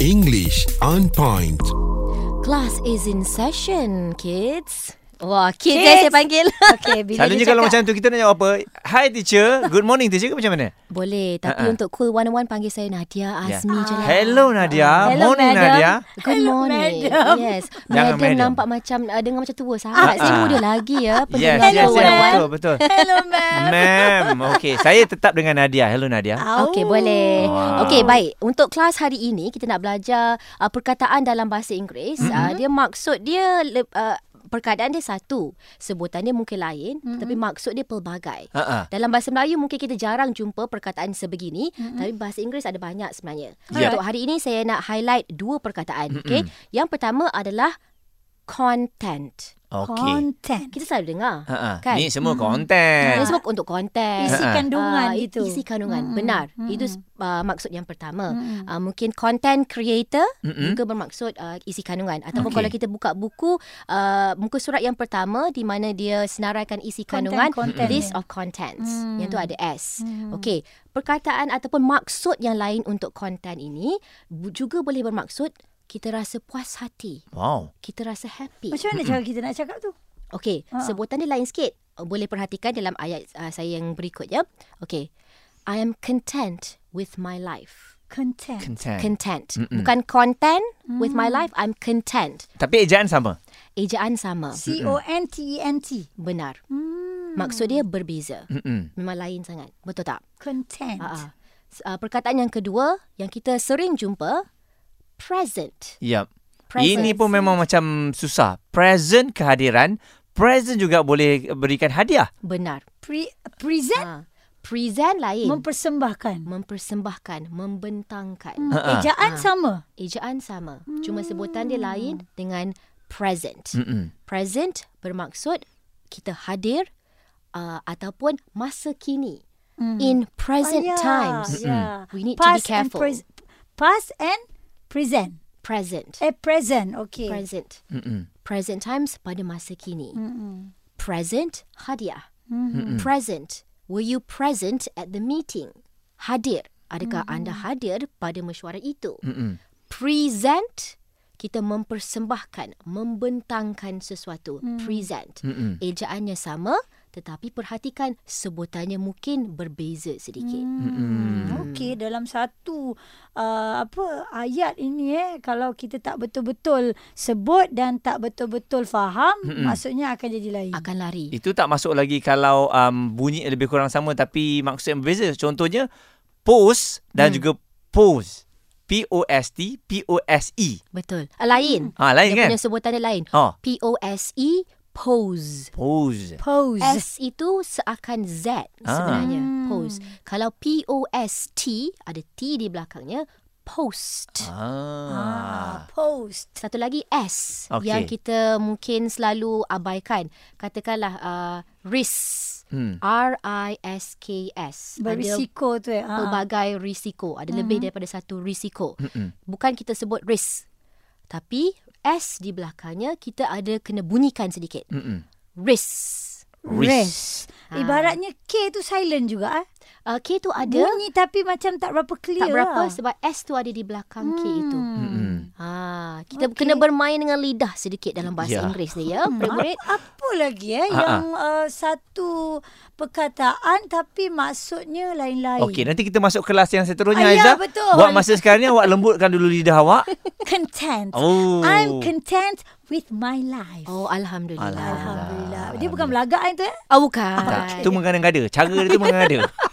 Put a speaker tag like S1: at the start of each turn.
S1: English on point.
S2: Class is in session, kids. Wah, kids, kids. saya panggil.
S3: Okay, bila Selalunya kalau macam tu kita nak jawab apa? Hi teacher, good morning teacher ke macam Ya. mana?
S2: Boleh, tapi uh-uh. untuk Cool 101 panggil saya Nadia Azmi yeah. je lah.
S3: Hello Nadia,
S2: Hello,
S3: morning
S2: madam.
S3: Nadia.
S2: Good
S4: Hello,
S2: morning.
S4: madam.
S2: Yes.
S3: Jangan
S2: Madam,
S3: madam.
S2: nampak macam uh, dengar macam tua sangat.
S3: Ah,
S2: Saya
S3: ah.
S2: muda lagi ya.
S3: Yes,
S2: pendengar
S3: yes,
S2: Cool
S3: yes,
S2: 101.
S3: betul, betul.
S4: Hello, ma'am.
S3: Ma'am, okay. Saya tetap dengan Nadia. Hello Nadia.
S4: Au.
S2: Okey, boleh.
S3: Wow.
S2: Okey, baik. Untuk kelas hari ini kita nak belajar uh, perkataan dalam bahasa Inggeris. Mm-hmm. Uh, dia maksud dia le- uh, perkataan dia satu. Sebutan dia mungkin lain, mm-hmm. tapi maksud dia pelbagai.
S3: Ha ah.
S2: Dalam bahasa Melayu mungkin kita jarang jumpa perkataan sebegini, mm-hmm. tapi bahasa Inggeris ada banyak sebenarnya.
S3: Ya.
S2: Untuk hari ini saya nak highlight dua perkataan, mm-hmm. okey? Yang pertama adalah content.
S3: Okay.
S4: Content.
S2: Kita selalu dengar.
S3: Ha ah.
S2: Kan?
S3: Ni semua konten.
S2: Ini semua untuk content.
S3: Isi
S4: Isi
S3: Ah, ah.
S4: kandungan
S2: Ah,
S4: gitu.
S2: Isi kandungan,
S4: Mm-mm.
S2: benar.
S4: Mm-mm.
S2: Itu uh, maksud yang pertama.
S4: Mm-mm.
S2: Uh, mungkin content creator
S3: Mm-mm.
S2: juga bermaksud uh, isi kandungan. Ataupun
S3: Okey.
S2: kalau kita buka buku, uh, muka surat yang pertama di mana dia senaraikan isi
S4: Content,
S2: kandungan,
S4: content
S2: list
S4: dia.
S2: of contents.
S4: Mm.
S2: Yang tu ada S.
S4: Mm.
S2: Okey, perkataan ataupun maksud yang lain untuk content ini bu- juga boleh bermaksud kita rasa puas hati,
S3: Wow.
S2: kita rasa happy.
S4: Macam mana cara kita nak cakap tu?
S2: Okey,
S4: Ha.
S2: sebutan dia lain sikit. Oh, Boleh perhatikan dalam ayat uh, saya yang berikut ya. Okey. I am content with my life.
S4: Content.
S3: Content.
S2: Content.
S3: Mm-mm.
S2: Bukan content
S4: Hmm.
S2: with my life, I'm content.
S3: Tapi ejaan sama.
S2: Ejaan sama.
S4: C-O-N-T-E-N-T.
S2: Benar.
S4: Hmm.
S2: Maksud dia berbeza.
S3: Mm-mm.
S2: Memang lain sangat. Betul tak?
S4: Content.
S2: Ha. Uh, perkataan yang kedua yang kita sering jumpa present.
S3: Yep.
S2: Present.
S3: Ini pun memang macam susah. Present kehadiran, present juga boleh berikan hadiah.
S2: Benar.
S4: Pre- present.
S2: Ha. Present lain.
S4: Mempersembahkan.
S2: mempersembahkan, membentangkan.
S4: Hmm.
S3: Ha-ha.
S2: Ah.
S4: Ejaan sama.
S2: Ejaan sama. Cuma sebutan dia lain
S4: Hmm.
S2: dengan present.
S3: Mm-mm.
S2: Present bermaksud kita hadir uh, ataupun masa kini. In present
S4: Hmm. Ah, ya,
S2: times.
S4: ya.
S2: We need to be
S4: Past and
S2: careful.
S4: pres- Past and present.
S2: Present.
S4: Eh, present. Okay.
S2: Present.
S3: Mm-mm.
S2: Present times pada masa kini.
S4: Mm-mm.
S2: Present hadiah. Present. Were you present at the meeting? Hadir. Adakah anda hadir pada mesyuarat itu?
S3: Mm-mm.
S2: present kita mempersembahkan membentangkan sesuatu present
S3: Mm-mm.
S2: ejaannya sama tetapi perhatikan sebutannya mungkin berbeza sedikit
S4: Hmm. Okey, dalam satu uh, apa ayat ini eh kalau kita tak betul-betul sebut dan tak betul-betul faham, hmm. maksudnya akan jadi lain.
S2: akan lari
S3: Itu tak masuk lagi kalau um, bunyi lebih kurang sama tapi maksud yang berbeza. Contohnya post dan juga pose. P O S T P O S E.
S2: betul Ah, lain
S3: Ah lain
S2: dia
S3: kan?
S2: punya sebutan dia lain
S3: Oh,
S2: P O S E pose
S3: pose.
S4: Pose.
S2: S itu seakan Z sebenarnya
S4: Ah.
S3: Hmm.
S2: pose kalau P O S T ada T di belakangnya post
S3: Ah.
S4: Ah, post.
S2: Satu lagi S
S3: Okey.
S2: yang kita mungkin selalu abaikan. Katakanlah uh, risk.
S3: Hmm.
S2: R I S K S. Ada
S4: Berisiko tu eh. Ha.
S2: pelbagai risiko. Ada lebih daripada satu risiko.
S3: Mm-mm.
S2: Bukan kita sebut risk. Tapi S di belakangnya kita ada kena bunyikan sedikit.
S3: Mm-mm.
S2: Risk.
S3: Wrist.
S2: Ah.
S4: Ibaratnya K tu silent juga eh.
S2: Uh, K tu ada
S4: Bunyi tapi macam tak berapa clear.
S2: tak berapa
S4: lah.
S2: sebab S tu ada di belakang K itu.
S3: Mm-mm.
S2: Ha, kita
S4: Okey.
S2: kena bermain dengan lidah sedikit dalam bahasa
S3: Ya.
S2: Inggeris ni ya,
S4: Hmm.
S2: murid-murid.
S4: Apa lagi eh
S3: Ah,
S4: yang uh, satu perkataan tapi maksudnya lain-lain.
S3: Okey, nanti kita masuk kelas yang seterusnya
S4: Ah, ya,
S3: Aiza.
S4: betul.
S3: Buat masa sekarang ni awak lembutkan dulu lidah awak.
S4: Content.
S3: Oh.
S4: I'm content with my life.
S2: Oh, alhamdulillah.
S3: Alhamdulillah.
S4: Alhamdulillah. Dia bukan belagak kan tu eh?
S2: Oh, bukan.
S3: Tak, tu mengada-ngada. Cara dia tu mengada.